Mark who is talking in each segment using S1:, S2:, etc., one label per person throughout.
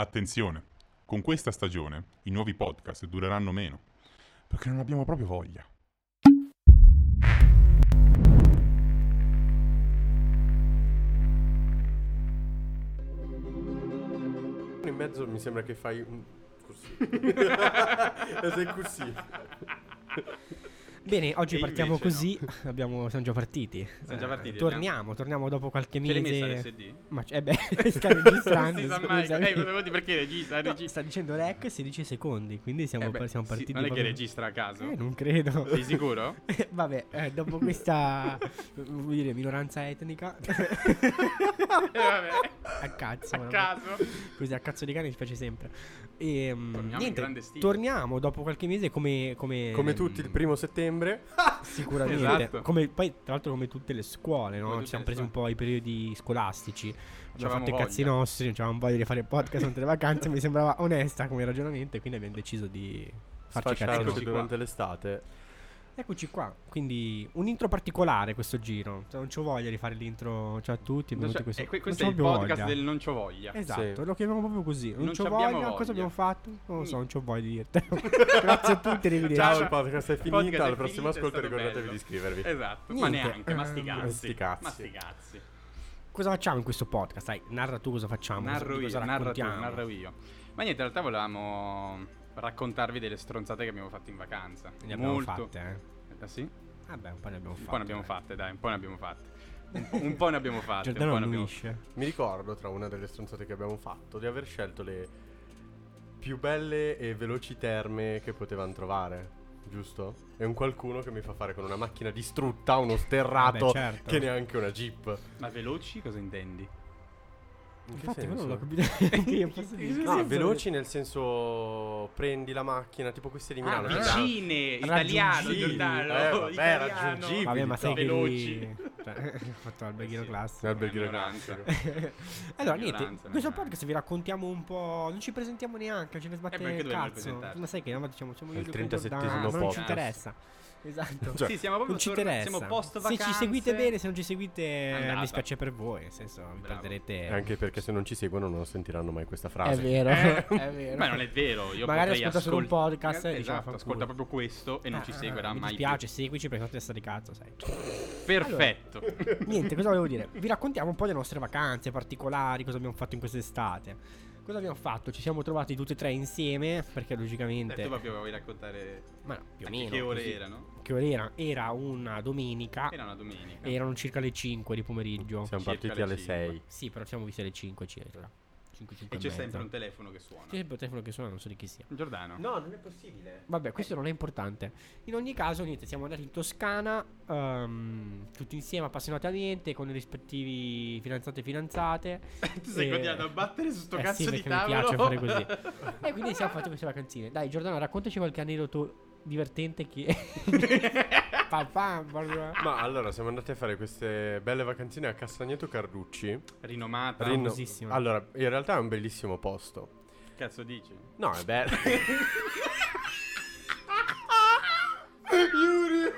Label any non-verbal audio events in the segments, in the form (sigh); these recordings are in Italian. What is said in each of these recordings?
S1: Attenzione, con questa stagione i nuovi podcast dureranno meno, perché non abbiamo proprio voglia.
S2: In mezzo mi sembra che fai un...
S3: (laughs)
S2: così. Sei così.
S3: Bene, oggi
S4: E
S3: partiamo
S4: invece
S3: così. (laughs) Abbiamo- siamo già partiti.
S4: Siamo già
S3: Eh,
S4: partiti,
S3: Torniamo, torniamo dopo qualche
S4: Ce l'hai messa
S3: mese.
S4: l'SD?
S3: Ma c- eh
S4: (laughs)
S3: beh, (laughs) stai registrando.
S4: si sa mai.
S3: scusami. (laughs)
S4: Eh, volevo dire perché regista,
S3: No,
S4: regista.
S3: sta dicendo rec 16 secondi, quindi siamo,
S4: Eh beh,
S3: siamo
S4: sì,
S3: partiti.
S4: non è che
S3: proprio-
S4: registra a caso.
S3: Eh,
S4: (laughs)
S3: non credo.
S4: Sei sicuro?
S3: Eh, (laughs) Vabbè, eh, dopo questa (laughs) voglio dire, minoranza
S4: (laughs)
S3: etnica
S4: Eh, vabbè.
S3: a cazzo,
S4: A
S3: ma-
S4: caso.
S3: così a cazzo di cane mi piace sempre. E, mm,
S4: Torniamo in
S3: niente,
S4: grande stile.
S3: torniamo dopo qualche mese come, come,
S2: Come tutti,
S3: mm,
S2: il primo settembre.
S3: Sicuramente,
S4: Esatto.
S3: come, poi tra l'altro come tutte le scuole,
S4: Come
S3: no?
S4: tutte
S3: ci siamo
S4: le
S3: presi un po' i periodi scolastici, abbiamo
S4: C'avevamo
S3: fatto i cazzi
S4: voglia.
S3: nostri, non avevamo voglia di fare podcast
S4: (laughs)
S3: durante le vacanze, mi sembrava onesta come ragionamento e quindi abbiamo deciso di farci i cazzi
S2: Sfasciarlo
S4: Eccoci
S3: nostri.
S4: qua.
S2: durante l'estate.
S3: Eccoci qua, quindi un intro particolare questo giro, Cioè, non c'ho voglia di fare l'intro, ciao a tutti,
S4: Non
S3: benvenuti
S4: c'è-
S3: a questo,
S4: eh, que-
S3: non
S4: questo
S3: c'ho
S4: è il
S3: proprio
S4: podcast
S3: voglia.
S4: del non c'ho voglia.
S3: Esatto,
S2: Sì.
S3: lo chiamiamo proprio così. Non,
S4: Non
S3: c'ho
S4: c'abbiamo
S3: voglia, cosa
S4: voglia.
S3: abbiamo fatto? Non lo so,
S4: Mm.
S3: non c'ho voglia di
S4: (laughs)
S3: dirtelo. Grazie a tutti, arrivederci.
S4: Ciao,
S2: Ciao, il podcast è
S4: Il podcast
S2: finito.
S4: è
S2: Al prossimo
S4: finito, è
S2: ascolto
S4: stato
S2: ricordatevi
S4: bello.
S2: di iscrivervi.
S4: Esatto, ma
S3: Niente,
S4: neanche, ma sti
S3: ehm,
S4: cazzi.
S2: sti cazzi.
S4: Ma sti cazzi.
S3: Cosa facciamo in questo podcast? Dai, narra tu cosa facciamo.
S4: Narro
S3: cosa-
S4: io,
S3: Ah, cosa
S4: narra tu,
S3: raccontiamo.
S4: narro io. Ma niente, in realtà volevamo raccontarvi delle stronzate che abbiamo fatto in vacanza.
S3: Ne abbiamo
S4: Molto.
S3: fatte, eh.
S4: Ah, sì?
S3: Vabbè, un po' ne abbiamo fatte.
S4: Un po' ne abbiamo
S3: dai.
S4: fatte, dai, un po' ne abbiamo fatte. Un po', un po' ne abbiamo fatte. un
S3: Giordano
S4: po' ne abbiamo
S3: annuisce.
S2: Mi ricordo tra una delle stronzate che abbiamo fatto di aver scelto le più belle e veloci terme che potevano trovare. Giusto? E un qualcuno che mi fa fare con una macchina distrutta, uno sterrato,
S3: Vabbè, certo.
S2: che neanche una jeep.
S4: Ma veloci cosa intendi?
S2: In che
S3: Infatti, quello
S2: senso?
S3: non l'ho (laughs) capito neanche io. Posso dire.
S2: No, veloci nel senso prendi la macchina, tipo queste di Milano.
S4: Ah,
S2: che
S4: vicine, italiano,
S2: Raggiungibili,
S4: Giordano,
S2: eh, vabbè,
S4: italiano.
S2: raggiungibili.
S3: Vabbè, ma sai che
S4: Veloci.
S3: lui... (laughs) cioè, ha fatto l'alberghiero
S4: Eh sì.
S3: classico.
S2: L'alberghiero Alberghiero
S4: Ignoranza.
S3: (laughs) allora,
S4: Ignoranza,
S3: niente, in questo
S4: ignoranza.
S3: podcast vi raccontiamo un po'. Non ci presentiamo neanche, non ce ne
S4: Eh,
S3: sbatte
S4: perché
S3: il
S4: dobbiamo
S3: cazzo.
S4: presentarci?
S3: Ma sai che no, ma diciamo, siamo
S2: È
S3: io
S2: il
S3: e Luca
S2: 37esimo
S3: Giordano, ma non ci
S4: podcast.
S3: interessa. Esatto. (laughs)
S2: Cioè,
S4: sì, siamo proprio
S3: non ci
S4: tor-
S3: interessa.
S4: Siamo post
S3: se
S4: vacanze.
S3: ci seguite bene, se non ci seguite,
S4: Andata.
S3: mi spiace per voi. Nel senso, vi
S4: Bravo.
S3: perderete.
S2: Anche perché se non ci seguono non sentiranno mai questa
S3: È
S2: frase.
S3: vero, (laughs) è vero.
S4: Ma Eh? non è vero, io
S3: Magari
S4: potrei
S3: ascolta solo un
S4: ascolt-
S3: podcast e
S4: Esatto,
S3: dice, "Ah, fanculo".
S4: ascolta proprio questo e non ci
S3: Ah,
S4: seguirà mai
S3: Mi piace, seguici perché sono testa di cazzo, sai.
S4: più. Perfetto. Eh,
S3: Niente, cosa volevo dire? Vi raccontiamo un po' delle nostre vacanze particolari, cosa abbiamo fatto in quest'estate. Cosa abbiamo fatto? Ci siamo trovati tutti e tre insieme, perché
S4: Eh,
S3: logicamente...
S4: tu proprio vuoi raccontare
S3: ma no, più o
S4: a
S3: meno...
S4: che ore
S3: così. Ah,
S4: erano?
S3: Che ore era? Era una domenica,
S4: Era una domenica.
S3: erano circa le 5 di pomeriggio.
S2: Siamo
S4: Circa
S2: partiti
S4: le
S2: alle
S4: cinque.
S2: 6.
S3: Sì, però ci siamo visti alle 5 circa. 5, 5
S4: E c'è sempre un
S3: telefono.
S4: telefono che suona.
S3: C'è sempre un telefono che suona, non so di chi sia.
S4: Giordano.
S2: No, non è possibile.
S3: Vabbè, questo non è importante. In ogni caso, niente, siamo andati in Toscana, ehm, tutti insieme appassionatamente, con i rispettivi fidanzati e fidanzate.
S4: (laughs) tu stai
S3: Eh,
S4: continuando a battere su sto
S3: eh
S4: cazzo
S3: sì,
S4: di
S3: perché mi
S4: tavolo.
S3: piace fare così. e quindi siamo fatti queste vacanzine. Dai, Giordano, raccontaci qualche aneddoto divertente (laughs) che...
S4: (laughs)
S3: Papà, proprio.
S2: Ma allora siamo andati a fare queste belle vacanzine a Castagneto Carducci.
S4: Rinomata.
S3: Rin- famosissima.
S2: Allora, in realtà è un bellissimo posto.
S4: Cazzo dici?
S2: No, è bello. Yuri.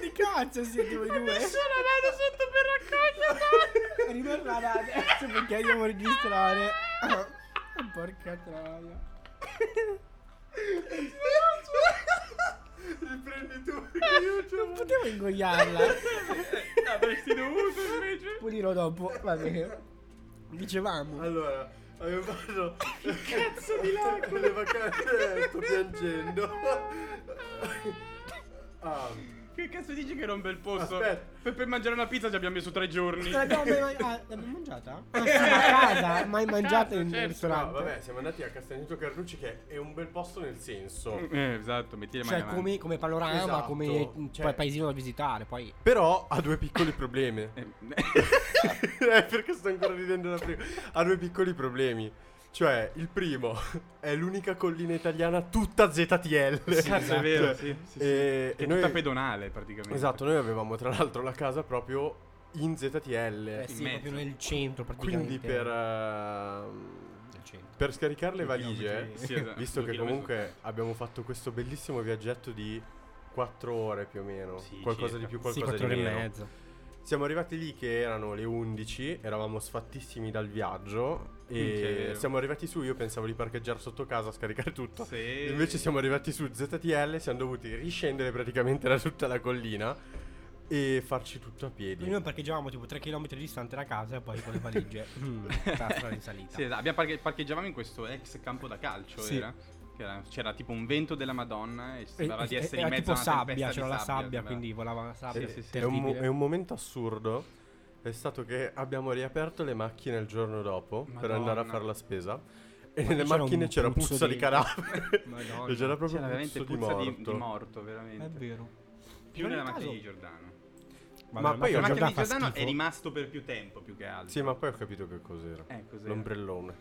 S3: di cazzo siete voi due?
S4: vado sotto per raccogliere.
S3: Ritorna adesso perché devo registrare. Porca troia.
S4: Riprendi tu.
S3: Non potevo ingoiarla.
S4: Avresti dovuto invece.
S3: Pulirò dopo. Va bene. Dicevamo.
S2: (laughs) Allora, avevo fatto cazzo di lago le vacanze, sto piangendo. (laughs) Ah,
S4: Che cazzo dici che era un bel posto?
S2: Aspetta.
S4: Per, per mangiare una pizza ci abbiamo messo tre giorni.
S3: L'abbiamo mai- ah, l'abbiamo (laughs) mangiata? Ah, sì, a casa, mai mangiata in un
S4: certo.
S2: no,
S3: ristorante.
S2: vabbè, siamo andati a Castagneto Carducci che è un bel posto nel senso.
S4: Eh, esatto, metti le mani
S3: Cioè, come,
S4: avanti.
S3: come panorama,
S2: Esatto,
S3: come mm,
S2: cioè-
S3: pa- paesino da visitare. Poi.
S2: Però ha due piccoli problemi.
S4: Eh,
S2: (laughs) Eh, perché sto ancora ridendo da prima. Ha due piccoli problemi. Cioè, il primo (laughs) è l'unica collina italiana tutta ZTL.
S4: (laughs) Cazzo,
S3: Esatto.
S4: è vero, sì, sì, sì.
S2: Esatto. E,
S3: Eh,
S4: Che è
S2: e noi-
S4: tutta pedonale praticamente.
S2: Esatto, noi avevamo tra l'altro la casa proprio in ZTL.
S3: Eh sì,
S4: mezzo.
S3: proprio nel centro praticamente.
S2: Quindi per ehm,
S4: 100.
S2: Per scaricare le
S4: Due
S2: valigie,
S4: chilometri. Sì, esatto.
S2: visto
S4: Due
S2: che
S4: chilometri.
S2: comunque abbiamo fatto questo bellissimo viaggetto di 4 ore più o meno,
S4: Sì,
S2: qualcosa di
S4: circa.
S2: più,
S3: sì,
S2: qualcosa
S3: 4 ore
S2: di
S3: e
S2: meno.
S3: mezza.
S2: Siamo arrivati lì che erano le 11, eravamo sfattissimi dal viaggio
S4: Minchia, è
S2: e
S4: vero.
S2: siamo arrivati su, io pensavo di parcheggiare sotto casa, scaricare tutto.
S4: Sì.
S3: (laughs)
S2: Invece siamo
S4: (laughs)
S2: arrivati su ZTL, siamo dovuti riscendere praticamente da tutta la collina e farci tutto a piedi.
S3: Noi parcheggiavamo tipo 3 km distante da casa e poi con le (laughs) valigie. mm, tutta strada in salita.
S4: Sì, esatto. Abbiamo parche- parcheggiavamo in questo ex campo da calcio,
S3: Sì.
S4: era? Che era- C'era tipo un vento della Madonna e ci
S3: E-
S4: sembrava di
S3: e-
S4: essere
S3: eh, era
S4: in mezzo
S3: tipo
S4: a una
S3: sabbia,
S4: tempesta di
S3: c'era la sabbia,
S4: sembrava.
S3: quindi volava la sabbia.
S4: Sì, sì, sì.
S2: È un, mo-
S3: terribile.
S2: è un momento assurdo. È stato che abbiamo riaperto le macchine il giorno dopo per
S4: Madonna.
S2: andare a fare la spesa. E
S3: Ma
S2: nelle
S3: c'era un
S2: macchine c'era
S3: puzzo
S2: puzza di,
S3: di-
S4: (laughs)
S2: cadavere.
S3: Madonna.
S2: E Cioè, c'era proprio
S4: C'era veramente
S2: puzzo di
S4: puzza
S2: morto.
S4: di, di morto, veramente.
S3: È vero.
S4: Più
S3: Ma
S4: della
S3: nel
S4: macchina
S3: caso-
S4: di Giordano.
S2: Ma
S3: Madonna,
S2: poi
S4: La
S2: ho
S4: macchina di
S3: fa
S4: Giordano è
S3: schifo.
S4: rimasto per più tempo, più che altro.
S2: Sì, ma poi ho capito che cos'era.
S4: Eh, cos'era?
S2: L'ombrellone.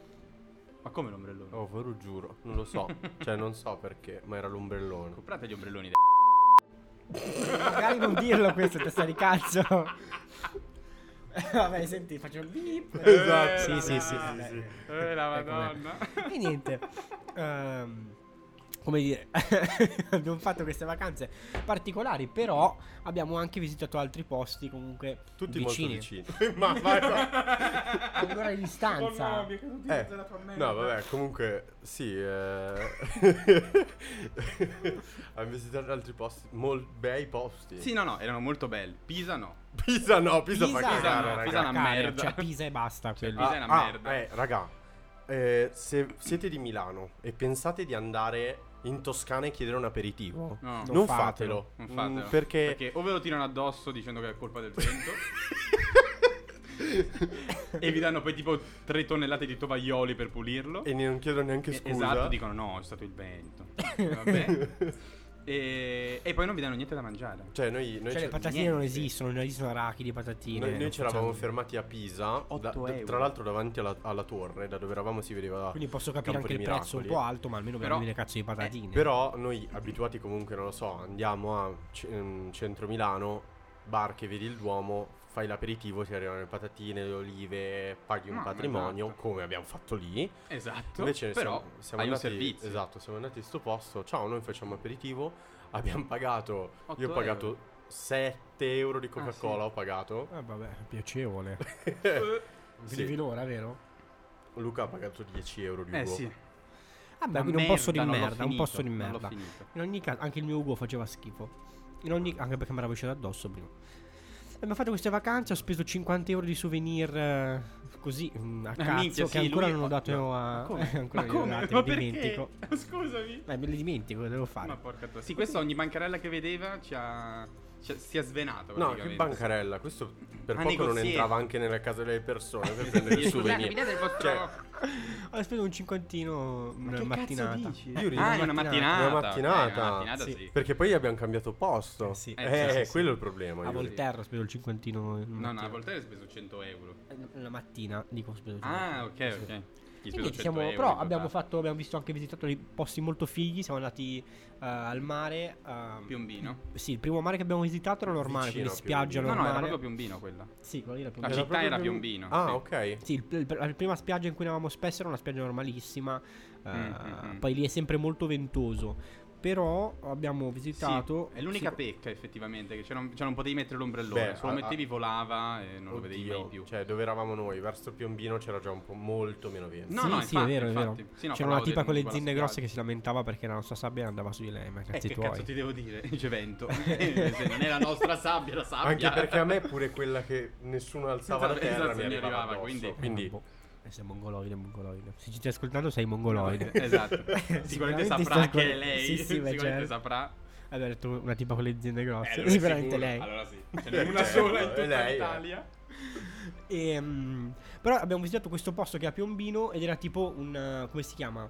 S4: Ma come l'ombrellone?
S2: Oh, ve lo giuro. Non lo so. cioè, non so perché, ma era l'ombrellone.
S4: Comprate gli ombrelloni.
S3: Magari non dirlo questo, testa di (laughs) cazzo. Vabbè, senti, faccio il beep.
S2: (laughs)
S4: Eh,
S2: Esatto.
S3: Sì, sì, sì.
S4: Vabbè.
S3: sì, sì.
S4: Eh, la
S3: Ecco,
S4: madonna.
S3: E niente. ehm, come dire, (laughs) abbiamo fatto queste vacanze particolari, però abbiamo anche visitato altri posti comunque
S2: Tutti
S3: vicini.
S2: molto vicini. (laughs) ma vai,
S4: (laughs)
S2: vai.
S3: Ancora di distanza.
S2: Eh, no, vabbè, comunque sì. Eh... (laughs) Abbiamo visitato altri posti. Mol- bei posti.
S4: Sì, no, no, erano molto belli. Pisa no.
S2: Pisa no, Pisa, fa
S4: Pisa
S2: cagare,
S4: no,
S2: raga.
S4: Pisa è una
S3: Cacare,
S4: merda.
S3: Cioè, Pisa e basta.
S4: Cioè,
S3: quello.
S4: Pisa è una
S2: Ah,
S4: merda.
S2: Eh, raga, eh, se siete di Milano e pensate di andare in Toscana e chiedere un aperitivo,
S4: No.
S2: non,
S3: Non
S2: fatelo.
S3: fatelo.
S4: Non
S2: Mm,
S4: fatelo.
S2: perché...
S4: (laughs) o ve lo tirano addosso dicendo che è colpa del vento. (laughs) e vi danno poi tipo 3 tonnellate di tovaglioli per pulirlo.
S2: (laughs) E non chiedono neanche
S4: Eh,
S2: scusa.
S4: Esatto, dicono no, è stato il vento. Vabbè. e, e poi non vi danno niente da mangiare.
S2: (laughs) Cioè, noi, noi
S3: Cioè, le
S2: c'è-
S3: patatine
S4: niente.
S3: non esistono, non esistono arachidi, patatine.
S2: Noi, noi
S4: eh,
S3: non
S2: ci eravamo
S3: facciamo-
S2: fermati a Pisa, da-
S4: Otto
S2: da-
S4: euro.
S2: tra l'altro davanti alla, alla torre, da dove eravamo si vedeva...
S3: Quindi posso capire
S2: Campo
S3: anche il
S2: dei
S3: prezzo un
S2: Miracoli.
S3: po' alto, ma almeno per
S4: Però-
S3: le cazzo di patatine.
S2: Eh, Però noi abituati comunque, non lo so, andiamo a c- ehm, centro Milano, bar che vedi il Duomo, fai l'aperitivo, ti arrivano le patatine, le olive, paghi un
S4: No, ma
S2: patrimonio,
S4: esatto.
S2: come abbiamo fatto lì.
S4: Esatto.
S2: Invece
S4: però
S2: siamo, siamo
S4: hai
S2: andati,
S4: un servizio.
S2: Esatto, siamo andati in sto posto, ciao, noi facciamo aperitivo, abbiamo pagato,
S4: Otto
S2: io ho pagato
S4: euro. Ah,
S2: 7 euro di Coca-Cola,
S4: sì. Ah.
S2: ho pagato.
S3: Eh, vabbè, piacevole.
S2: (laughs)
S4: Eh,
S2: Sì,
S3: Vivi l'ora, vero?
S2: Luca ha pagato 10 euro di
S4: Eh
S2: Ugo.
S4: sì.
S3: Vabbè, Ah, quindi
S4: La
S3: un posto di
S4: merda, non l'ho
S3: merda, un
S4: finito,
S3: posto di
S4: non l'ho
S3: merda.
S4: finito.
S3: (laughs) In ogni caso, anche il mio Ugo faceva schifo. In ogni, anche perché mi era uscito addosso prima. Abbiamo fatto queste vacanze, ho speso 50 euro di souvenir eh, così mm, a cazzo
S4: Ah, minchia,
S3: che
S4: sì,
S3: ancora
S4: lui-
S3: non ho dato
S4: no,
S3: a...
S4: Ma come?
S3: (laughs) ancora
S4: ma
S3: non li ho
S4: come?
S3: dati,
S4: Ma
S3: mi dimentico.
S4: perché? Scusami.
S3: Eh, me li dimentico, cosa devo fare?
S4: Ma porca tua. Sì, questa ogni bancarella che vedeva ci ha. ci ha- si è svenato.
S2: No, che
S4: praticamente.
S2: bancarella, questo per
S4: Ah,
S2: poco non
S4: negozietto.
S2: entrava anche nelle case delle persone
S4: (laughs)
S2: per prendere il
S4: Scusate,
S2: souvenir.
S4: venite il vostro-
S2: Cioè,
S3: (laughs) Ho speso un cinquantino una mattinata. Eh,
S2: Io rido.
S4: Ah, in una mattinata.
S2: Una mattinata.
S4: Eh, una mattinata,
S3: Sì.
S4: sì.
S2: Perché poi abbiamo cambiato posto.
S3: Eh, sì.
S2: Eh,
S4: Eh, sì, sì,
S2: quello è il problema.
S3: A
S2: Yuri.
S3: Volterra ho speso il cinquantino. in
S4: No, no,
S3: mattina.
S4: a volte hai speso 100 euro.
S3: Eh, La mattina, dico, ho speso
S2: Esatto.
S3: il
S4: Ah,
S3: cinquantino.
S4: ok,
S3: Sì.
S4: ok. Gli
S3: Sì,
S4: speso
S3: niente,
S4: 100
S3: siamo-
S4: euro
S3: però
S4: in
S3: abbiamo,
S4: totale.
S3: fatto, abbiamo visto anche visitato dei posti molto fighi. Siamo andati eh, al mare. ehm,
S4: Piombino.
S3: Sì, il primo mare che abbiamo visitato era normale,
S2: Vicino
S3: quindi
S2: a
S3: spiaggia
S4: No, no,
S3: normale.
S4: era proprio Piombino quella.
S3: Sì, quello lì era più-
S4: La
S2: Era
S4: città era
S2: proprio-
S4: Piombino.
S2: Ah,
S4: sì.
S2: ok.
S3: Sì, il- il- la prima spiaggia in cui eravamo spesso era una spiaggia normalissima. eh,
S4: Mm, mm, mm.
S3: Poi lì è sempre molto ventoso. Però abbiamo
S4: Sì,
S3: visitato.
S4: è l'unica
S3: sì,
S4: pecca effettivamente che c'era un- cioè non potevi mettere l'ombrellone,
S2: Beh,
S4: se lo
S2: a-
S4: mettevi
S3: Ah,
S4: volava e non lo vedevi
S2: Oddio,
S4: mai più.
S2: Cioè, dove eravamo noi? Verso Piombino c'era già un po' molto meno vento.
S4: No,
S3: sì,
S4: no,
S3: sì,
S4: infatti,
S3: è vero,
S4: infatti.
S3: è vero.
S4: Sì, no,
S3: C'era una
S4: parlavo
S3: tipa
S4: di-
S3: con le
S4: di quella
S3: zinne
S4: spiaggia.
S3: grosse che si lamentava perché la nostra sabbia andava su di lei. Ma
S4: Eh,
S3: cazzi
S4: che
S3: tuoi.
S4: cazzo ti
S2: (laughs)
S4: devo dire? C'è vento. (laughs) Eh, se non è la nostra sabbia, la sabbia.
S2: Anche perché a me pure quella che nessuno alzava da
S4: Esatto,
S2: terra
S4: esatto,
S2: mi
S4: mi
S2: arrivava,
S4: arrivava,
S2: addosso.
S4: quindi-
S3: Eh, boh, eh, sei mongoloide, mongoloide. Se ci stai ascoltando, sei mongoloide.
S4: (laughs)
S2: (laughs)
S4: Esatto. Sicuramente
S3: Sicuramente
S4: saprà
S3: sta-
S4: che è lei.
S3: Sì, sì, beh,
S4: Sicuramente
S3: certo.
S4: saprà.
S3: Aveva detto una tipa con le zinne grosse. (laughs)
S4: Eh, allora è
S3: Sicuramente
S4: sicuro.
S3: lei.
S4: Allora
S2: (laughs)
S4: sì. Ce n'è una
S2: Certo,
S4: sola in
S2: è
S4: tutta
S2: lei, eh.
S4: l'Italia.
S3: E, mm, però abbiamo visitato questo posto che è a Piombino ed era tipo un... uh, come si chiama?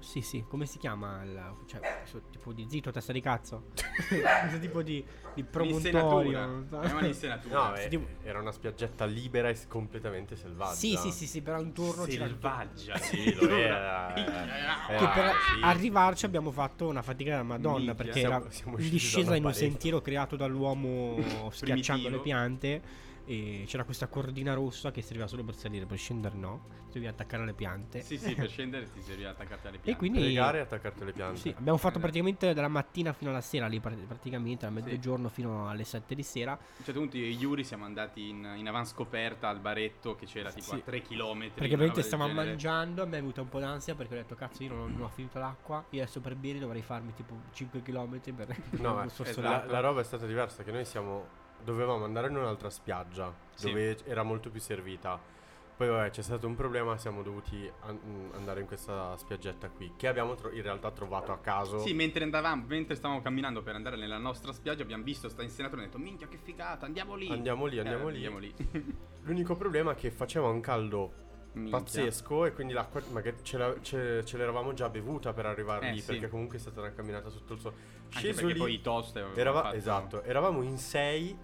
S3: Sì, sì, come si chiama? il- cioè, questo tipo di zitto, testa di cazzo. (laughs) questo tipo di, di promontorio.
S4: Un'insenatura.
S3: non so. (laughs)
S4: È un'insenatura.
S2: No, eh, era una spiaggetta libera e s- completamente selvaggia.
S3: Sì, sì, sì, sì, però intorno c'era... il- (laughs)
S4: selvaggia. (laughs)
S2: Sì, lo era.
S3: Che
S2: Ah,
S3: per
S2: sì.
S3: arrivarci abbiamo fatto una fatica della Madonna
S4: Minchia.
S3: perché
S2: Siamo-
S3: era
S2: siamo
S3: in
S2: usciti da
S3: discesa
S2: una
S3: in un
S2: parete.
S4: (laughs)
S3: sentiero creato dall'uomo schiacciando
S4: Primitivo.
S3: le piante E c'era questa cordina rossa che serviva solo per salire, per scendere no. Dovevi attaccare le piante.
S4: Sì, sì, per scendere ti serviva attaccati alle piante.
S3: E quindi
S2: Piegare e attaccarti alle piante.
S3: Sì, abbiamo fatto
S4: Eh.
S3: praticamente dalla mattina fino alla sera lì, pr- praticamente dal mezzogiorno fino alle 7 di sera.
S4: A un certo punto io e Yuri siamo andati in, in avanscoperta al baretto che c'era tipo
S3: Sì.
S4: a 3 km.
S3: Perché veramente stavamo mangiando, a me è venuta un po' d'ansia perché ho detto cazzo io non, non ho finito l'acqua, io adesso per bere dovrei farmi tipo 5 km per (laughs)
S2: (laughs) No,
S3: per
S2: eh,
S3: sostenere.
S2: La,
S4: Esatto.
S2: la roba è stata diversa, che noi siamo... Dovevamo andare in un'altra spiaggia,
S4: Sì.
S2: dove era molto più servita. Poi vabbè, c'è stato un problema, siamo dovuti an- mm, andare in questa spiaggetta qui, che abbiamo tro- in realtà trovato a caso.
S4: Sì, mentre andavamo, mentre stavamo camminando per andare nella nostra spiaggia, abbiamo visto sta insegnatore e abbiamo detto: Minchia, che figata, andiamo lì.
S2: Andiamo lì,
S4: Eh,
S2: andiamo lì.
S4: Andiamo lì.
S2: L'unico problema è che faceva un caldo
S4: Minchia.
S2: pazzesco e quindi l'acqua magari ce, la- ce- ce l'eravamo già bevuta per arrivare
S4: Eh,
S2: lì,
S4: sì.
S2: perché comunque è stata una camminata sotto il sole.
S4: Anche
S2: Sceso
S4: perché
S2: lì,
S4: poi i toast avevano
S2: Erava-
S4: fatto-
S2: Esatto, eravamo in sei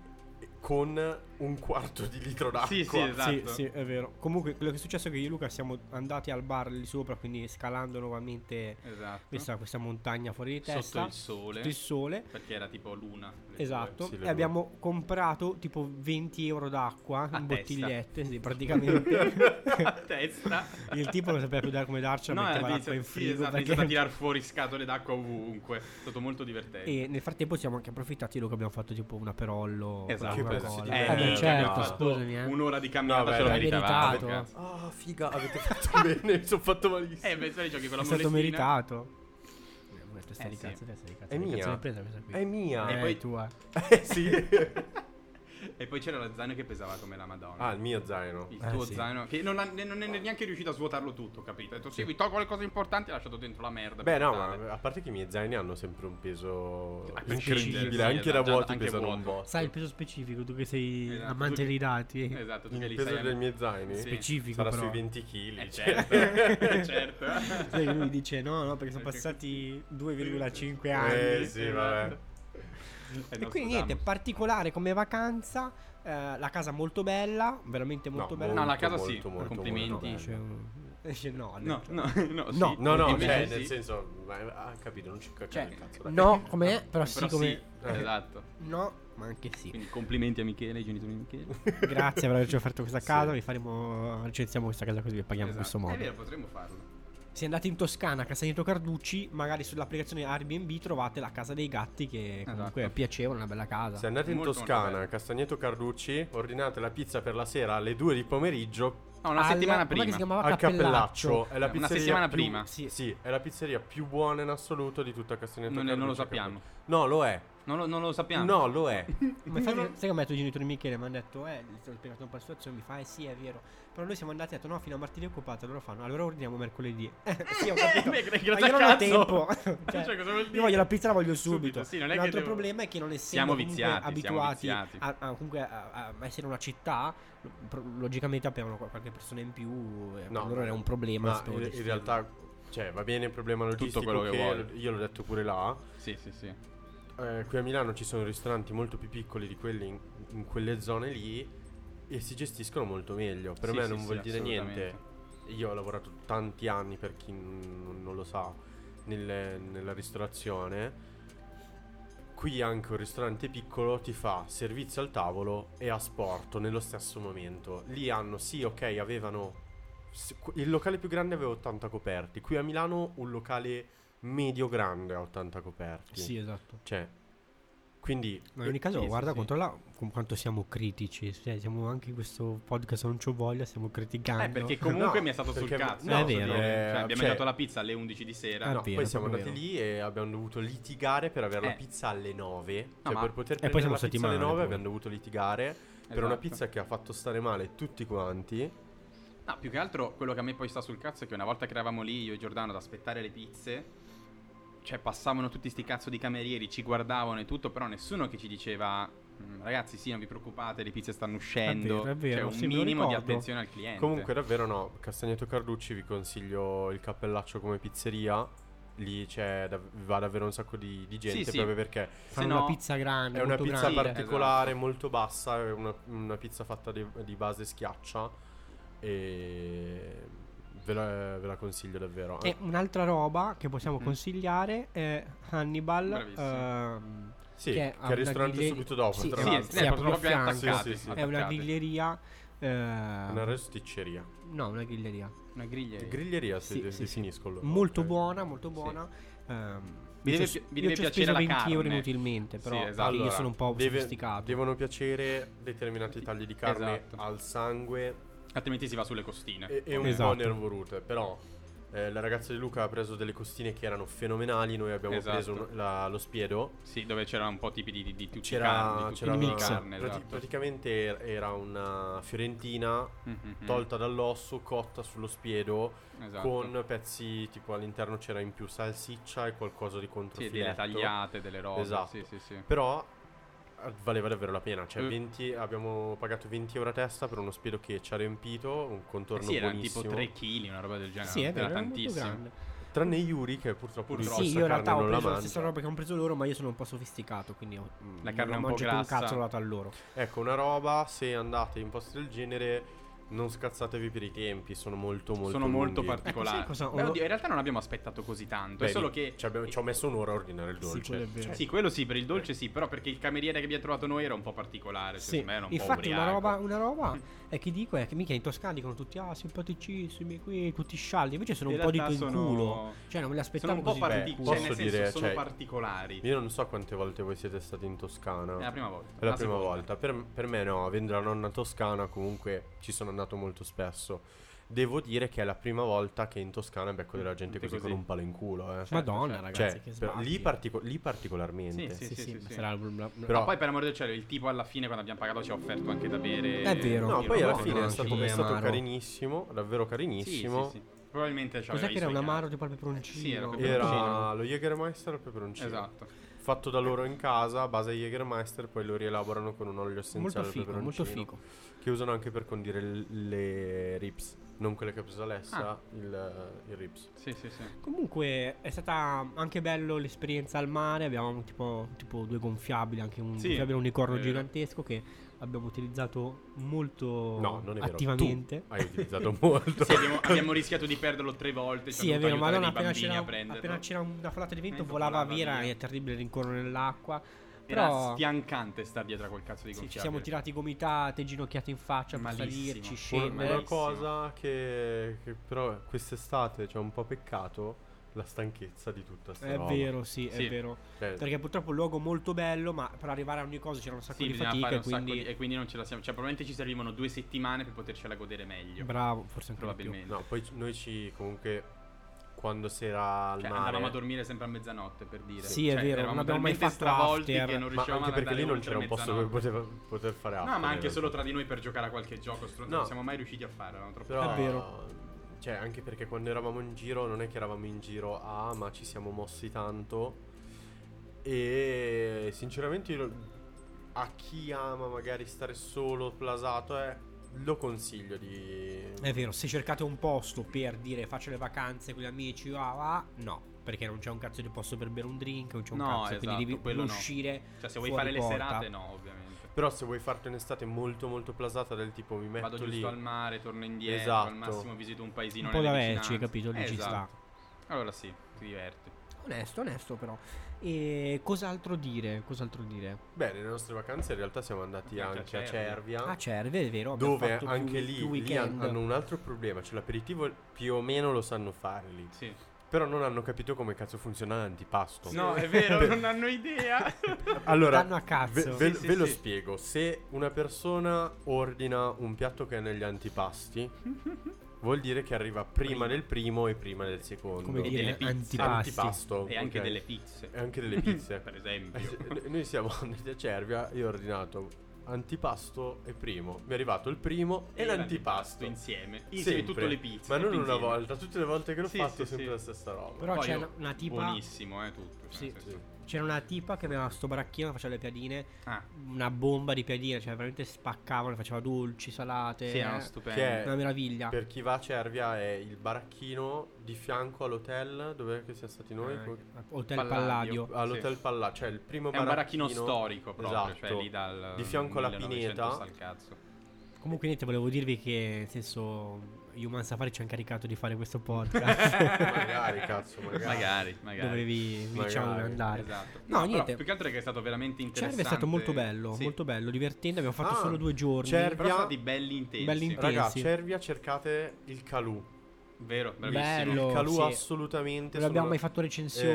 S2: con un quarto di litro d'acqua.
S4: Sì, sì, esatto.
S3: Sì, sì, è vero. Comunque quello che è successo è che io e Luca siamo andati al bar lì sopra, quindi scalando nuovamente
S4: Esatto.
S3: questa, questa montagna fuori di testa.
S4: Sotto il sole.
S3: Sotto il sole.
S4: Perché era tipo luna. le
S3: Esatto,
S4: due.
S2: sì, le
S3: e
S2: due.
S3: abbiamo comprato tipo 20 euro d'acqua
S4: A
S3: in
S4: testa.
S3: bottigliette,
S4: (laughs)
S3: sì, praticamente.
S4: A (laughs) testa.
S3: (laughs) Il tipo non sapeva più dare come darcela,
S4: No,
S3: metteva
S4: era
S3: l'acqua
S4: iniziato,
S3: in frigo.
S4: sì, esatto, ha
S3: perché-
S4: iniziato a tirar fuori scatole d'acqua ovunque. È stato molto divertente.
S3: E eh, nel frattempo siamo anche approfittati, Luca, abbiamo fatto tipo un aperollo.
S4: Esatto.
S3: con la
S2: Che pezzi
S3: Coca-Cola.
S2: di
S3: Eh,
S2: merda.
S3: beh,
S2: Eh,
S3: certo,
S2: abbiamo fatto
S3: scusami, eh.
S4: Un'ora di camminata
S2: No,
S4: ce
S2: beh,
S4: lo
S2: l'hai
S4: meritavamo.
S3: meritato.
S4: cazzo.
S2: Ah, figa, avete fatto (laughs) bene, mi sono fatto malissimo.
S4: Eh, beh, sai, giochi con la
S3: È stato
S4: molestina.
S3: meritato. Eh, Testa
S4: Eh,
S3: di
S4: sì.
S3: cazzo, testa di cazzo.
S2: È
S3: che
S2: mia.
S3: cazzo l'hai presa questa qui?
S2: È mia.
S3: Eh,
S4: E poi-
S3: tua.
S2: (laughs) Eh, sì.
S4: E poi c'era lo zaino che pesava come la Madonna.
S2: ah, il mio zaino.
S4: Il
S3: eh,
S4: tuo
S3: sì.
S4: zaino, che non, ha- ne- non è neanche riuscito a svuotarlo tutto, capito? Ha detto, sì, vi tolgo le cose importanti e ha lasciato dentro la merda.
S2: Beh,
S4: per
S2: no,
S4: Natale.
S2: ma a parte che i miei zaini hanno sempre un peso
S4: Ah, per
S2: incredibile.
S4: scendere, sì,
S2: anche da
S4: esatto,
S2: vuoti
S4: anche
S2: pesano un
S4: vuoto.
S2: botto.
S3: Sai il peso specifico, tu che sei
S4: Esatto,
S3: amante
S4: tu-
S3: dei dati. eh.
S4: Esatto, tu che
S2: Il
S4: li
S2: peso
S4: sai-
S2: dei miei zaini
S4: Sì.
S3: Specifico,
S2: sarà
S3: però.
S2: sui cioè. 20 kg.
S4: Eh,
S2: (laughs)
S4: certo, (laughs) certo.
S3: (laughs) Sai, lui dice no, no, perché sono
S4: Perché-
S3: passati 2,5 anni.
S2: Eh, sì, vabbè.
S4: Esatto. È il
S3: E
S4: nostro
S3: quindi niente,
S4: Damos.
S3: particolare come vacanza, eh, la casa molto bella, veramente molto
S2: No,
S3: bella.
S4: No,
S2: molto,
S4: la casa sì,
S2: molto, molto,
S4: complimenti.
S2: molto bella.
S3: dice, (laughs) dice no, cioè, ha
S4: No,
S3: detto.
S4: no, (laughs) no, sì.
S3: No,
S2: No, no,
S4: Invece
S2: cioè,
S4: sì.
S2: nel senso, ma, ah, capito, non ci cacca
S3: Cioè,
S2: il cazzo. dai. (laughs)
S3: no, come è, però, sì,
S4: Però
S3: come
S4: sì, esatto.
S3: no, ma anche sì.
S4: Quindi complimenti a Michele, ai genitori di Michele.
S3: Grazie per averci offerto questa
S2: Sì.
S3: casa, vi faremo recensiamo questa casa così vi paghiamo in questo
S4: Esatto. È
S3: modo.
S4: vero, potremmo farlo.
S3: Se andate in Toscana a Casaneto Carducci, magari sull'applicazione Airbnb trovate la casa dei gatti che comunque
S4: Esatto.
S3: è piacevole, una bella casa.
S2: Se andate in
S4: Molto, molto
S2: Toscana,
S4: bello.
S2: a Castagneto Carducci, ordinate la pizza per la sera alle 2 di pomeriggio
S4: No, una
S3: Alla-
S4: settimana
S3: com'è che
S4: prima.
S3: si chiamava?
S2: al Cappellaccio. È la
S4: Una
S2: pizzeria
S4: settimana
S2: più-
S4: prima.
S3: Sì.
S2: Sì, è la pizzeria più buona in assoluto di tutta Castagneto
S4: Non,
S2: Carducci.
S4: non lo sappiamo.
S2: No, lo è.
S4: Non lo, non lo sappiamo.
S2: No, lo
S3: (laughs)
S2: è.
S3: Ma infatti, sai che mi ha detto i genitori Michele? Mi hanno detto, eh, gli ho spiegato un po' la situazione. Mi fa, eh sì, è vero. Però noi siamo andati e ha detto, no, fino a martedì è occupato. Allora fanno, allora ordiniamo mercoledì. (laughs) Eh, sì, ho
S4: (laughs)
S3: capito.
S4: Eh, beh,
S3: Ma
S4: grazie
S3: io non
S4: al
S3: ho
S4: cazzo.
S3: tempo. Cioè,
S4: (laughs) Cioè, cosa vuol dire?
S3: io voglio la pizza, la voglio subito.
S4: Subito, sì, non è che
S3: L'altro
S4: devo-
S3: problema è che non essendo
S4: Siamo
S3: comunque
S4: viziati, siamo
S3: abituati
S4: viziati.
S3: a, a- comunque a, a- a essere una città, lo- pro- logicamente abbiamo qual- qualche persona in più. eh,
S2: No,
S3: allora
S2: ma-
S3: era un problema.
S2: Ma
S3: sapevo
S2: in, in
S3: gestirlo.
S2: realtà, cioè, va bene il problema logistico
S4: quello che vuole.
S2: Io l'ho detto pure là.
S4: Sì, sì, sì.
S2: Eh, qui a Milano ci sono ristoranti molto più piccoli di quelli in, in quelle zone lì e si gestiscono molto meglio. Per
S4: Sì,
S2: me
S4: sì,
S2: non
S4: sì,
S2: vuol dire
S4: assolutamente.
S2: niente. Io ho lavorato tanti anni, per chi n- non lo sa, nelle- nella ristorazione. Qui anche un ristorante piccolo ti fa servizio al tavolo e asporto nello stesso momento. Lì hanno, sì, ok, avevano... s- qu- Il locale più grande aveva 80 coperti. Qui a Milano un locale medio grande ha 80 coperti.
S3: Sì, esatto.
S2: Cioè, quindi...
S3: Ma in ogni caso,
S4: Sì, sì,
S3: guarda,
S4: sì.
S3: controlla con quanto siamo critici. Cioè, siamo anche in questo podcast, non ci voglia, stiamo criticando.
S4: Eh, perché comunque
S2: No,
S4: mi è stato sul
S2: perché-
S4: cazzo.
S3: Ah, no,
S4: Eh,
S3: è vero.
S4: cioè,
S2: Eh,
S4: abbiamo
S2: cioè-
S4: mangiato la pizza alle 11 di sera.
S3: Ah,
S2: no,
S3: vero,
S2: poi siamo
S3: proprio
S2: andati lì e abbiamo dovuto litigare per avere la
S4: Eh.
S2: pizza alle 9.
S4: No,
S2: Cioè,
S4: ma-
S2: per poter
S3: E poi
S2: prendere
S3: siamo
S2: la
S3: stati
S2: pizza alle
S3: male,
S2: 9
S3: poi.
S2: abbiamo dovuto litigare per
S4: Esatto.
S2: una pizza che ha fatto stare male tutti quanti.
S4: No, più che altro quello che a me poi sta sul cazzo è che una volta che eravamo lì io e Giordano ad aspettare le pizze, cioè passavano tutti sti cazzo di camerieri, ci guardavano e tutto, però nessuno che ci diceva "Mm, ragazzi sì, non vi preoccupate, le pizze stanno
S3: È
S4: uscendo,
S3: vero, è vero,
S4: cioè un
S3: sì, me lo
S4: minimo di
S3: ricordo.
S4: attenzione al cliente.
S2: Comunque, davvero no, Castagneto Carducci vi consiglio il cappellaccio come pizzeria. Lì c'è, dav- va davvero un sacco di, di gente
S4: Sì, sì.
S2: proprio perché
S3: Fanno una pizza grande.
S2: È una
S3: molto
S2: pizza
S3: grande. Esatto.
S2: particolare, molto bassa, è una, una pizza fatta di, di base schiaccia e ve la, ve la consiglio davvero. eh.
S3: E un'altra roba che possiamo
S4: Mhm.
S3: consigliare è Hannibal.
S4: Bravissimo.
S3: ehm,
S2: Sì,
S3: Che
S2: che
S3: è a
S2: è il
S3: una
S2: ristorante
S3: griglie-
S2: subito dopo,
S3: sì,
S2: tra
S3: sì,
S2: l'altro.
S3: sì, è proprio
S4: proprio
S3: a
S2: fianco.
S4: attaccati.
S2: Sì, sì, sì.
S3: È una
S4: attaccati.
S3: griglieria. eh,
S2: Una rosticceria.
S3: no, una griglieria.
S4: Una griglia.
S2: Griglieria si
S3: Sì,
S2: de-
S3: sì,
S2: definisco loro,
S3: molto
S2: ok.
S3: buona, molto buona. Ehm,
S4: Vi
S3: io
S4: deve
S3: ci ho-
S4: pi- vi
S3: io
S4: deve
S3: ci ho
S4: piacere
S3: speso
S4: la
S3: 20 euro
S4: carne.
S3: inutilmente, però
S4: Sì, esatto.
S3: perché io
S4: Allora,
S3: sono un po'
S2: deve-
S3: sofisticato.
S2: Devono piacere determinati tagli di carne
S4: Esatto.
S2: al sangue
S4: Altrimenti si va sulle costine.
S2: e, e un
S3: Esatto.
S2: po' nervorute, però eh, la ragazza di Luca ha preso delle costine che erano fenomenali, noi abbiamo
S4: Esatto.
S2: preso un- la- lo spiedo.
S4: Sì, dove c'era un po' tipi di, di, di tutti i carni,
S2: C'era,
S4: di
S2: c'era
S4: tutti i
S3: una- mix.
S4: carne,
S2: prati-
S4: esatto.
S2: praticamente er- era una fiorentina
S4: Mhm,
S2: tolta dall'osso, cotta sullo spiedo
S4: esatto.
S2: con pezzi tipo all'interno c'era in più salsiccia e qualcosa di
S4: Sì,
S2: controfiletto.
S4: delle tagliate, delle robe.
S2: Esatto.
S4: Sì, sì, sì.
S2: Però eh, valeva davvero la pena. Cioè,
S4: Eh.
S2: 20 abbiamo pagato 20 euro a testa per uno spiedo che ci ha riempito, un
S4: Eh
S2: contorno
S4: sì, erano
S2: buonissimo.
S4: tipo 3 kg, una roba del genere.
S3: Sì, è
S4: era
S3: vero, era molto
S4: tantissimo.
S3: grande.
S2: Tranne Yuri, che purtroppo lui
S4: Sì,
S2: grossa
S3: Sì, io in realtà
S2: carne
S3: ho
S2: non la
S3: preso la
S2: mangia.
S3: stessa roba che hanno preso loro, ma io sono un po' sofisticato, quindi ho, mm,
S4: La carne
S3: non
S4: è un
S3: ho
S4: po'
S3: mangiato un
S4: grassa.
S3: cazzo l'ho data a loro.
S2: Ecco, una roba, se andate in posti del genere, non scazzatevi per i tempi, sono molto, Eh, molto
S4: Sono molto
S2: lunghi.
S4: particolari.
S3: Ecco, sai cosa-
S4: Beh, Eh, oddio, in realtà non abbiamo aspettato così tanto.
S2: Beh,
S4: è solo
S2: lì-
S4: che. eh,
S2: Ci, abbiamo- ci ho Eh. messo un'ora a ordinare il dolce. Cioè,
S3: quello è vero.
S4: Sì, quello sì, per il dolce sì, però perché il cameriere che abbiamo trovato noi era un po' particolare,
S3: Sì.
S4: secondo me era un po'
S3: Infatti, una
S4: ubriaco.
S3: roba, una
S4: (laughs)
S3: roba è che dico è che mica in Toscana dicono tutti ah, simpaticissimi qui, tutti scialli. Invece sono
S4: In
S3: un po' di
S4: realtà
S3: in
S4: sono-
S3: culo. Cioè, non me l'aspettavo
S4: Sono un po'
S3: così per
S4: parti-
S2: Beh,
S3: culo.
S4: cioè, nel
S2: posso
S4: senso,
S2: dire,
S4: sono
S2: cioè,
S4: particolari.
S2: Io non so quante volte voi siete stati in Toscana.
S4: È la prima volta.
S2: È la prima
S4: seconda.
S2: volta. Per, per me no, avendo la nonna toscana comunque ci sono andato molto spesso. Devo dire che è la prima volta che in Toscana becco della gente
S4: Tutti
S2: così,
S4: così.
S2: con un palo in culo. Eh.
S4: Certo,
S3: Madonna,
S4: cioè,
S2: cioè,
S3: ragazzi, che
S2: per-
S3: sbagli.
S2: lì, partico- lì particolarmente.
S4: Sì,
S3: sì, sì,
S4: sì,
S3: ma
S4: sì.
S3: sarà il- la- la-
S2: Però-
S4: Ma poi per amor del cielo, il tipo alla fine quando abbiamo pagato ci ha offerto anche da bere.
S3: È vero.
S2: No,
S4: Io
S2: poi
S4: non
S2: alla
S4: so,
S2: fine è
S4: non so.
S2: stato,
S3: arancine,
S2: è stato
S3: amaro.
S2: carinissimo, davvero
S4: Sì,
S2: carinissimo.
S4: sì, sì. Probabilmente c'aveva
S3: Cos'è
S4: i
S3: che era
S4: suoi
S3: un
S4: cani.
S3: amaro tipo al peperoncino?
S4: Sì, era peperoncino.
S2: Era lo Jägermeister al peperoncino.
S4: Esatto.
S2: Fatto da loro in casa, a base Jägermeister, poi lo rielaborano con un olio
S3: Molto
S2: essenziale al
S3: figo,
S2: peperoncino.
S3: molto figo.
S2: Che usano anche per condire l- le rips. Non quelle che ha preso Alessa,
S4: Ah.
S2: il, il rips.
S4: Sì, sì, sì.
S3: Comunque è stata anche bello l'esperienza al mare, abbiamo tipo, tipo due gonfiabili, anche un
S4: Sì,
S3: gonfiabile e un unicorno
S4: è vero.
S3: gigantesco che abbiamo utilizzato molto
S2: No, non è vero.
S3: attivamente.
S2: Tu hai utilizzato molto.
S4: Sì, abbiamo, abbiamo rischiato di perderlo tre volte. ci
S3: Sì,
S4: hanno
S3: è vero,
S4: dovuto
S3: ma non
S4: aiutare
S3: appena
S4: dei bambini
S3: c'era,
S4: a prenderlo.
S3: appena c'era una folata di vento
S4: Vento
S3: volava
S4: volava
S3: via
S4: via.
S3: e terribile rincorno nell'acqua.
S4: Era
S3: Però
S4: sfiancante star dietro a quel cazzo di
S3: sì,
S4: gonfiabile.
S3: ci siamo tirati gomitate, ginocchiate in faccia per
S4: Malissimo.
S3: salirci,
S2: Una-
S3: scendere.
S2: Una
S4: Bellissimo.
S2: cosa che, che però quest'estate ci ha un po' peccato la stanchezza di tutta sta
S3: È
S2: roba.
S3: vero, sì, è
S4: Sì.
S3: vero.
S2: Cioè,
S3: Perché purtroppo è un luogo molto bello, ma per arrivare a ogni cosa c'era un sacco
S4: Sì,
S3: di
S4: bisognava
S3: fatica
S4: fare
S3: e
S4: un sacco
S3: quindi
S4: di- e quindi non ce la siamo. Cioè, probabilmente ci servivano due settimane per potercela godere meglio.
S3: bravo, forse anche di più.
S4: probabilmente.
S2: No, poi noi ci comunque quando si era al
S4: Cioè,
S2: mare
S4: andavamo a dormire sempre a mezzanotte per dire.
S3: Sì, è
S4: Cioè,
S3: vero, non
S4: Eravamo
S3: abbiamo mai
S4: talmente
S3: fatto
S4: stravolti
S3: after.
S4: che non
S2: ma
S4: riuscivamo
S2: anche
S4: ad
S2: perché
S4: andare
S2: lì non
S4: oltre
S2: c'era un posto dove
S4: mezzanotte.
S2: poteva, poter fare altro.
S4: No, ma
S2: in
S4: anche solo
S2: realtà.
S4: tra di noi per giocare a qualche gioco stronzo.
S2: No.
S4: Non siamo mai riusciti a fare, eravamo troppo
S2: Però,
S3: È vero.
S2: Cioè, anche perché quando eravamo in giro non è che eravamo in giro a, ma ci siamo mossi tanto. E sinceramente io lo- a chi ama magari stare solo, plasato, eh, lo consiglio di...
S3: È vero, se cercate un posto per dire faccio le vacanze con gli amici, ah, ah, no, perché non c'è un cazzo di posto per bere un drink, non c'è un
S4: No,
S3: cazzo,
S4: esatto,
S3: quindi devi
S4: quello no.
S3: uscire.
S4: Cioè, se vuoi
S3: fuori
S4: fare le
S3: porta.
S4: serate, no, ovviamente.
S2: Però se vuoi farti un'estate molto molto plasata del tipo mi metto
S4: Vado
S2: lì...
S4: giusto al mare, torno indietro.
S2: Esatto.
S4: Al massimo visito un paesino.
S3: Un po' da
S4: nelle
S3: vecchi,
S4: vicinanze.
S3: capito? Lì
S4: Eh,
S3: ci
S4: esatto. Allora sì, ti diverti.
S3: Onesto, onesto però. E cos'altro dire? Cos'altro dire?
S2: Beh, nelle nostre vacanze in realtà siamo andati
S4: Anche a
S2: anche a
S4: Cervia.
S2: Cervia.
S3: Ah, Cerve, è vero. abbiamo
S2: dove
S3: fatto più-
S2: anche
S3: più
S2: lì, lì
S3: weekend.
S2: han- hanno un altro problema, cioè l'aperitivo più o meno lo sanno fare lì,
S4: Sì.
S2: però non hanno capito come cazzo funziona l'antipasto.
S4: No,
S2: (laughs)
S4: è vero, non hanno idea.
S2: Allora,
S3: Danno a cazzo.
S2: ve, ve-
S4: Sì, sì,
S2: ve lo
S4: sì.
S2: spiego, se una persona ordina un piatto che è negli
S4: (laughs)
S2: antipasti, vuol dire che arriva prima
S4: Prima.
S2: del primo e prima del secondo.
S3: come
S4: e
S3: dire,
S4: delle pizze.
S3: antipasti.
S2: antipasto.
S4: e anche
S2: ok.
S4: delle pizze.
S2: E anche delle pizze.
S4: (laughs) per
S2: Eh,
S4: esempio.
S2: sì, no- Noi siamo (laughs) andati a Cervia, io ho ordinato antipasto e primo. Mi è arrivato il primo e, l'antipasto.
S4: insieme. Insieme
S2: Sempre.
S4: tutte le pizze.
S2: Ma non
S4: tutte
S2: una
S4: insieme.
S2: volta, tutte le volte che l'ho
S4: Sì,
S2: fatto
S4: sì,
S2: è sempre
S4: sì.
S2: la stessa roba.
S3: Però
S4: Poi
S3: c'è
S4: io-
S3: una, una tipa.
S4: Buonissimo, eh, tutto.
S3: Sì.
S4: Sì, sì.
S2: Sì.
S3: C'era una tipa che aveva sto baracchino, faceva le piadine,
S4: Ah,
S3: una bomba di piadine, cioè veramente spaccavano, le faceva dolci, salate.
S4: sì, erano
S3: eh,
S4: stupendi.
S2: Che è-
S3: una meraviglia.
S2: Per chi va a Cervia è il baracchino di fianco all'hotel dove che siamo stati noi.
S4: Eh,
S2: co-
S3: Hotel
S4: Palladio.
S3: Palladio.
S2: all'hotel Palla, cioè il primo
S4: È un
S2: baracchino,
S4: baracchino storico proprio,
S2: esatto,
S4: cioè lì dal
S2: di fianco alla
S4: 1900
S2: pineta.
S4: sta il cazzo.
S3: Comunque niente, volevo dirvi che nel senso Human Safari ci ha incaricato di fare questo podcast.
S2: (laughs) (laughs) magari, cazzo, magari.
S4: Magari, magari.
S3: Dovevi,
S2: Magari.
S3: diciamo, andare.
S4: Esatto.
S3: No,
S4: però,
S3: niente.
S4: più che altro è che è stato veramente interessante.
S3: Cerve è stato molto bello,
S4: Sì.
S3: molto bello, divertente. Abbiamo fatto
S2: Ah,
S3: solo due giorni.
S2: Cerve-
S4: Però sono stati belli intensi.
S3: Belli intensi.
S2: Raga,
S3: Sì.
S2: Cervia, cercate il Calù.
S4: Vero, bravissimo.
S3: Bello.
S2: il Calù
S3: sì.
S2: assolutamente.
S3: Non abbiamo
S2: sono-
S3: mai fatto recensione,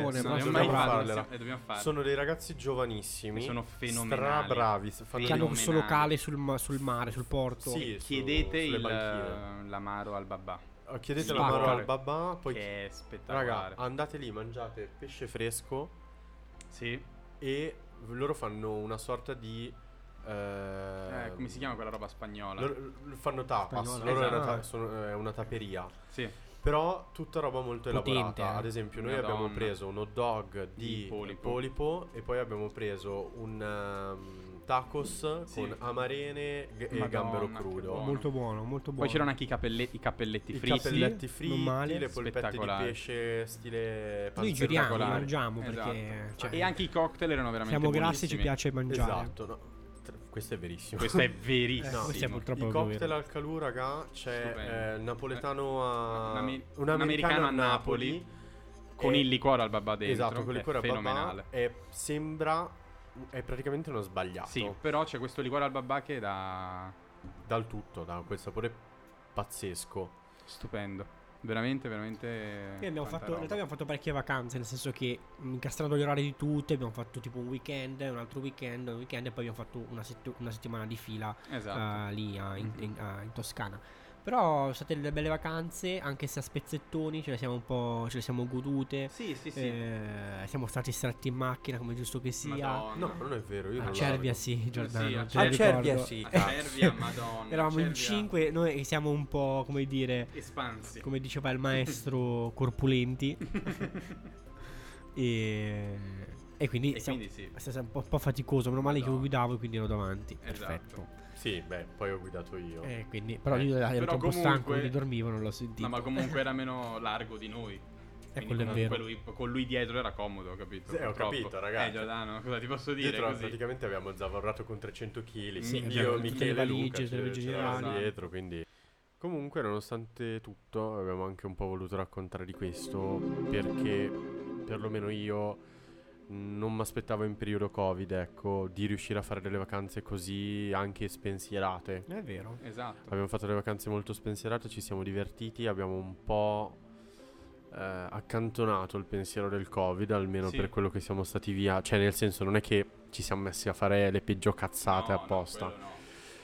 S2: Eh,
S4: No,
S3: ma
S2: sì,
S4: dobbiamo
S3: sono
S4: mai
S2: dobbiamo
S3: bravi.
S2: farla.
S4: farla. E dobbiamo farla.
S2: Sono dei ragazzi giovanissimi.
S4: E sono fenomenali.
S2: Stra bravi. Fanno
S3: che hanno
S4: Fenomenali.
S3: questo locale sul, ma- sul mare, sul porto.
S2: Sì. su-
S4: Chiedete
S2: sulle
S4: il, eh,
S2: banchine.
S4: l'amaro al babà.
S2: Oh, Chiedete la
S3: Spacca.
S2: mano al babà. Poi,
S4: Che è
S2: raga, ah,
S4: spettacolare.
S2: andate lì, mangiate pesce fresco.
S4: Sì.
S2: E loro fanno una sorta di. eh,
S4: Eh, come si chiama quella roba spagnola?
S2: Loro, loro fanno tapas.
S3: Spagnola.
S2: Loro è una,
S3: Esatto.
S2: ta- sono- è una taperia.
S4: Sì.
S2: Però tutta roba molto
S3: Potente,
S2: elaborata.
S3: eh.
S2: Ad esempio, noi
S4: Madonna.
S2: abbiamo preso un hot dog di,
S4: Di polipo.
S2: polipo e poi abbiamo preso un ehm, tacos
S4: Sì.
S2: con amarene g- e
S4: Madonna,
S2: gambero
S4: che
S2: crudo.
S4: buono.
S3: Molto buono, molto buono.
S4: Poi c'erano anche i, capelle- i cappelletti
S2: I
S4: fritti.
S2: capelletti
S3: Sì,
S2: fritti,
S3: non male.
S2: le polpette di
S4: Spettacolari.
S2: pesce stile
S3: Noi
S2: panzetta
S3: giriamo,
S2: colare.
S3: mangiamo
S4: Esatto.
S3: perché cioè,
S4: E anche i cocktail erano veramente
S3: siamo grassi e ci
S4: buonissimi.
S3: piace mangiare.
S2: Esatto, no. Tr- questo è verissimo.
S4: Questo è
S3: Eh,
S4: verissimo.
S3: questo è purtroppo
S2: I
S3: vero.
S2: cocktail al calù, raga, c'è
S4: Stupendo.
S2: eh, napoletano a...
S4: Un ame-
S2: un americano a Napoli.
S4: Con
S2: e-
S4: il liquore al babà dentro.
S2: Esatto, con
S4: che
S2: il liquore
S4: è
S2: a
S4: fenomenale.
S2: babà è, sembra è praticamente uno sbagliato
S4: Sì, però c'è questo liquore al babà che da
S2: dal tutto, da quel sapore pazzesco.
S4: stupendo. Veramente, veramente.
S3: Noi abbiamo fatto,
S4: tanta
S3: in realtà
S4: roba.
S3: abbiamo fatto parecchie vacanze, nel senso che mh, incastrando gli orari di tutte, abbiamo fatto tipo un weekend, un altro weekend, un weekend e poi abbiamo fatto una, settu- una settimana di fila
S4: Esatto.
S3: eh, lì a- in, in- a- in Toscana. Però sono state delle belle vacanze, anche se a spezzettoni ce le siamo un po', ce le siamo godute.
S4: sì, sì, sì.
S3: Eh, siamo stati stratti in macchina come giusto che sia.
S4: Madonna.
S2: No, non è vero, io
S3: A
S2: non
S3: Ah, Cervia
S2: lo so.
S3: sì, Giordano.
S4: Sì,
S3: te
S4: a
S3: lo
S4: Cervia.
S2: A Cervia
S3: ricordo.
S2: sì.
S4: A
S3: (laughs)
S4: Cervia, madonna.
S3: Eravamo in
S4: Cervia.
S3: 5, noi siamo un po' come dire,
S4: Espansi.
S3: come diceva il
S4: (laughs)
S3: maestro, corpulenti. E, e quindi,
S4: E
S3: siamo-
S4: quindi sì.
S3: è stato un po', un po' faticoso. Meno male che
S4: Madonna.
S3: io guidavo e quindi ero davanti.
S4: Esatto.
S3: Perfetto.
S2: Sì, beh, poi ho guidato io.
S3: Eh, quindi, però
S2: Eh,
S3: io ero
S4: però
S3: anche un po'
S4: comunque-
S3: stanco, quindi dormivo, non l'ho sentito.
S4: No, ma comunque
S3: (laughs)
S4: era meno largo di
S3: Eh,
S4: noi. Quindi
S3: quello è
S4: comunque
S3: vero.
S4: lui- con lui dietro era comodo, capito?
S2: Sì, ho
S4: Purtroppo.
S2: capito, ragazzi.
S4: Eh, Giordano, cosa ti posso dire?
S2: Dietro
S4: così?
S2: praticamente abbiamo zavorrato con 300 kg.
S4: Sì, abbiamo
S2: io,
S4: tutte le
S2: Michele e
S3: valigie,
S2: Luca
S3: tutte le
S2: ce-
S3: valigie
S2: ce l'avevamo
S4: generali.
S2: dietro, quindi Comunque, nonostante tutto, abbiamo anche un po' voluto raccontare di questo perché perlomeno io non mi aspettavo in periodo Covid, ecco, di riuscire a fare delle vacanze così anche spensierate.
S3: È vero.
S4: Esatto.
S2: Abbiamo fatto delle vacanze molto spensierate, ci siamo divertiti, abbiamo un po' eh, accantonato il pensiero del Covid, almeno
S4: Sì.
S2: per quello che siamo stati via. Cioè, nel senso, non è che ci siamo messi a fare le peggio cazzate
S4: No, no,
S2: apposta.
S4: quello no.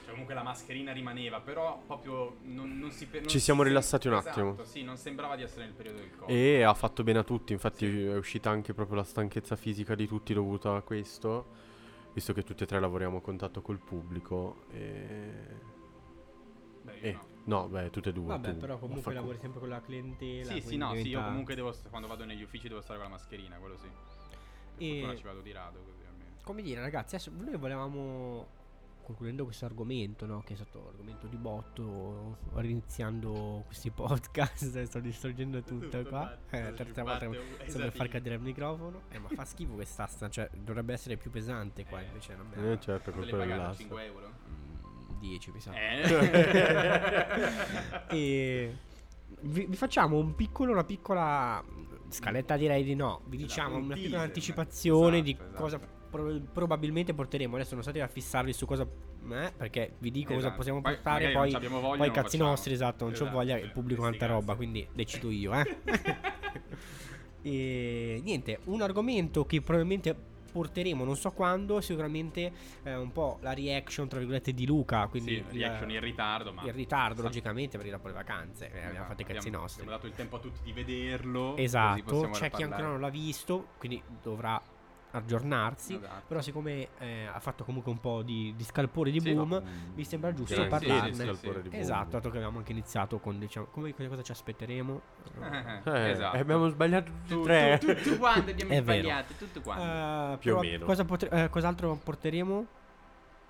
S4: Cioè, comunque la mascherina rimaneva, però proprio non, non si per- non
S2: Ci
S4: si
S2: siamo
S4: sem-
S2: rilassati un attimo.
S4: Esatto, sì, non sembrava di essere nel periodo del Covid.
S2: E ha fatto bene a tutti, infatti è uscita anche proprio la stanchezza fisica di tutti dovuta a questo, visto che tutti e tre lavoriamo a contatto col pubblico. E...
S4: Beh, io
S2: e-
S4: no.
S2: No, beh, tutte e due.
S3: Vabbè,
S2: tu,
S3: però
S2: ma fa
S3: comunque
S2: co-
S3: lavori sempre con la clientela.
S4: Sì, sì,
S3: quindi
S4: no, sì, io
S3: diventa-
S4: comunque devo sta- quando vado negli uffici devo stare con la mascherina, quello sì. Per
S3: E-
S4: fortuna ci vado di rado così almeno.
S3: Come dire, ragazzi, adesso noi volevamo. Concludendo questo argomento, no, che è stato argomento di botto, iniziando questi (laughs) podcast, sto distruggendo tutto qua. Eh, terza volta che- solo
S4: Esatto.
S3: per far cadere il microfono. Eh, ma fa schifo quest'asta, cioè dovrebbe essere più pesante qua,
S4: Eh.
S3: invece è una merda.
S2: Eh, certo,
S4: Quanto
S2: col
S4: l'hai
S2: quello
S4: pagato?
S2: dell'asta.
S4: 5 euro?
S3: Mm, 10 mi sa. (laughs)
S4: Eh.
S3: E vi, vi facciamo un piccolo, una piccola scaletta direi di no. Vi
S4: Esatto,
S3: diciamo
S4: un
S3: una
S4: teaser,
S3: piccola anticipazione di
S4: esatto, esatto.
S3: cosa pro- probabilmente porteremo. Adesso non state a fissarvi su cosa. eh, perché vi dico cosa
S4: Esatto.
S3: possiamo
S4: Poi
S3: portare.
S4: magari non
S3: Poi,
S4: ci abbiamo
S3: poi
S4: voglia,
S3: i
S4: non
S3: cazzi
S4: facciamo.
S3: nostri, esatto, non c'ho
S4: Esatto,
S3: voglia.
S4: sì,
S3: Il pubblico
S4: questi
S3: tanta roba.
S4: cazzi.
S3: Quindi decido io,
S4: (laughs)
S3: eh. e niente, un argomento che probabilmente porteremo non so quando. Sicuramente eh, un po' la reaction, tra virgolette, di Luca. Quindi
S4: sì,
S3: il-
S4: reaction in ritardo, ma
S3: in ritardo,
S4: Sì.
S3: logicamente, perché dopo le vacanze eh,
S4: Eh,
S3: abbiamo fatto i cazzi
S4: abbiamo-
S3: nostri.
S4: Abbiamo dato il tempo a tutti di vederlo. così
S3: Esatto,
S4: possiamo
S3: c'è chi
S4: riparlare.
S3: ancora non l'ha visto, quindi dovrà aggiornarsi.
S4: Esatto.
S3: Però siccome eh, ha fatto comunque un po' di, di scalpore di
S4: Sì,
S3: boom,
S2: no,
S3: mi sembra giusto
S2: sì, sì,
S3: parlarne.
S2: sì, scalpore di boom.
S3: Esatto, dato che avevamo anche iniziato con diciamo, come che cosa ci aspetteremo.
S2: Eh,
S4: (laughs) esatto.
S2: Abbiamo sbagliato tutti e
S4: Tu-
S2: tre.
S4: tu- tutti quanti abbiamo
S3: È vero.
S4: sbagliato, tutto quanto.
S3: Eh,
S2: Più o
S3: però
S2: meno.
S3: cosa potre- eh, cos'altro porteremo?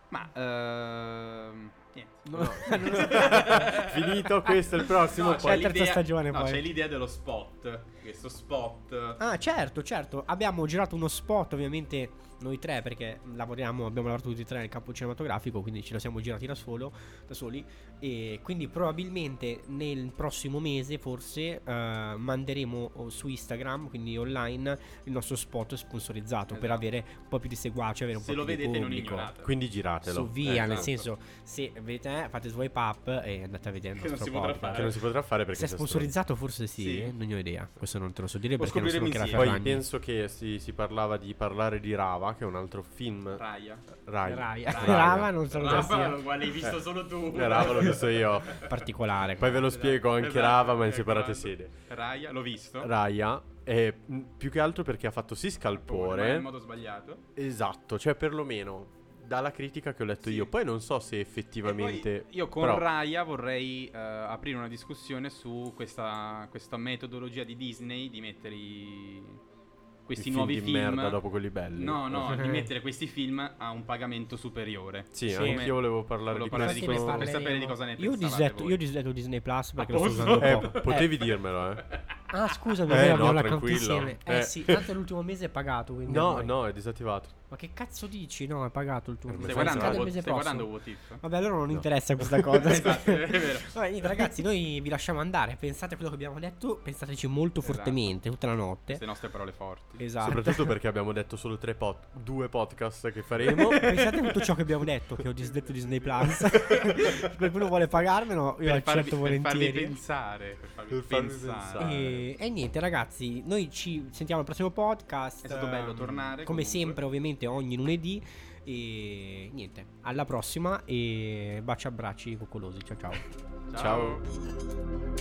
S4: Ma ehm, niente.
S3: (laughs)
S4: Ah,
S3: No,
S2: (laughs) Finito, questo è il prossimo.
S4: No,
S2: poi.
S4: c'è
S3: la terza
S4: l'idea-
S3: stagione,
S4: no,
S3: poi.
S4: c'è l'idea dello spot. Questo spot.
S3: Ah, certo, certo. Abbiamo girato uno spot, ovviamente noi tre, perché lavoriamo, abbiamo lavorato tutti e tre nel campo cinematografico, quindi ce lo siamo girati da, solo, da soli. E quindi probabilmente nel prossimo mese, forse, eh, manderemo oh, su Instagram, quindi online, il nostro spot sponsorizzato per
S4: Esatto.
S3: avere un po' più di seguaci, avere un
S4: Se
S3: po'
S4: lo
S3: più
S4: vedete
S3: di
S4: non
S3: pubblico.
S4: ignorate.
S2: Quindi giratelo.
S3: Su via,
S4: Eh,
S3: nel
S4: esatto.
S3: senso, se vedete, eh, fate swipe up e andate a vedere il
S4: Che non
S3: nostro
S4: si potrà
S3: podcast.
S2: Che non si potrà fare perché
S3: Se è
S2: sei
S3: sponsorizzato forse sì,
S4: Sì.
S3: eh, non ne ho idea. Questo non te lo so dire
S4: Lo
S3: perché non sono
S4: scopriremo
S3: che la
S2: stronzo. Poi
S3: Ferragni.
S2: penso che si, si parlava di parlare di Rava, che è un altro film.
S4: Raia.
S2: Rai.
S3: Raya.
S2: Raya.
S3: Rava non so cosa
S4: Raia,
S3: sia
S4: lo guardi, hai visto solo tu.
S2: Eh, Rava l'ho visto io.
S3: particolare.
S2: Poi ve lo spiego anche
S4: Esatto,
S2: Rava, ma in
S4: ecco,
S2: separate
S4: esatto.
S2: sedi.
S4: Raia, l'ho visto.
S2: Raya. E mh, più che altro perché ha fatto sì
S4: Ma in
S2: scalpore.
S4: modo sbagliato.
S2: Esatto, cioè perlomeno dalla critica che ho letto
S4: Sì.
S2: io. Poi non so se
S4: E poi
S2: effettivamente.
S4: io con
S2: però-
S4: Raya vorrei eh, aprire una discussione su questa, questa metodologia di Disney di mettere i- questi
S2: i
S4: nuovi
S2: di
S4: film.
S2: merda dopo quelli belli.
S4: No, no,
S3: (laughs)
S4: di mettere questi film a un pagamento superiore.
S2: Sì,
S3: Sì.
S2: anche io volevo parlare
S4: Volevo
S2: di
S4: parlare di
S2: questo.
S4: questo, per sapere di cosa ne
S3: Io ho
S4: pensavate
S3: disletto,
S4: voi.
S3: io ho disletto Disney Plus perché lo sto
S4: posto?
S3: usando
S2: Eh,
S3: poco.
S2: p- potevi dirmelo, eh.
S3: Ah, scusami,
S2: Eh,
S3: vero,
S2: no,
S3: abbiamo l'account
S2: tranquillo.
S3: insieme. Eh,
S2: Eh.
S3: sì, tanto l'ultimo mese è pagato, quindi
S2: No,
S3: ormai.
S2: no, è disattivato.
S3: Ma che cazzo dici? No, è pagato il tuo
S2: Stai Come
S4: Stai Eh,
S2: pensate?
S4: guardando,
S3: Cade il
S4: What-
S3: mese
S4: stai
S3: prossimo.
S4: guardando What If?
S3: Vabbè, allora non
S2: No.
S4: (laughs)
S3: interessa questa cosa.
S4: Esatto, è vero.
S3: Vabbè, niente, ragazzi, noi vi lasciamo andare. Pensate a quello che abbiamo detto. Pensateci molto
S4: Esatto.
S3: fortemente tutta la notte.
S4: Queste nostre parole forti.
S3: Esatto.
S2: Soprattutto perché abbiamo detto solo tre pod- due podcast che faremo.
S3: (laughs) (laughs) Pensate a tutto ciò che abbiamo detto, che ho disdetto Disney
S4: (laughs)
S3: Plus. Se qualcuno vuole pagarmelo, io
S4: per,
S3: accetto
S4: farvi, per farvi
S3: volentieri.
S4: pensare, per farvi,
S2: Per farvi
S4: pensare.
S2: pensare.
S3: E, e niente ragazzi, noi ci sentiamo al prossimo podcast.
S4: È stato bello
S3: Ehm, Come
S4: tornare, comunque.
S3: sempre, ovviamente ogni lunedì. E niente, alla prossima e baci abbracci coccolosi. Ciao ciao.
S2: Ciao.
S4: Ciao.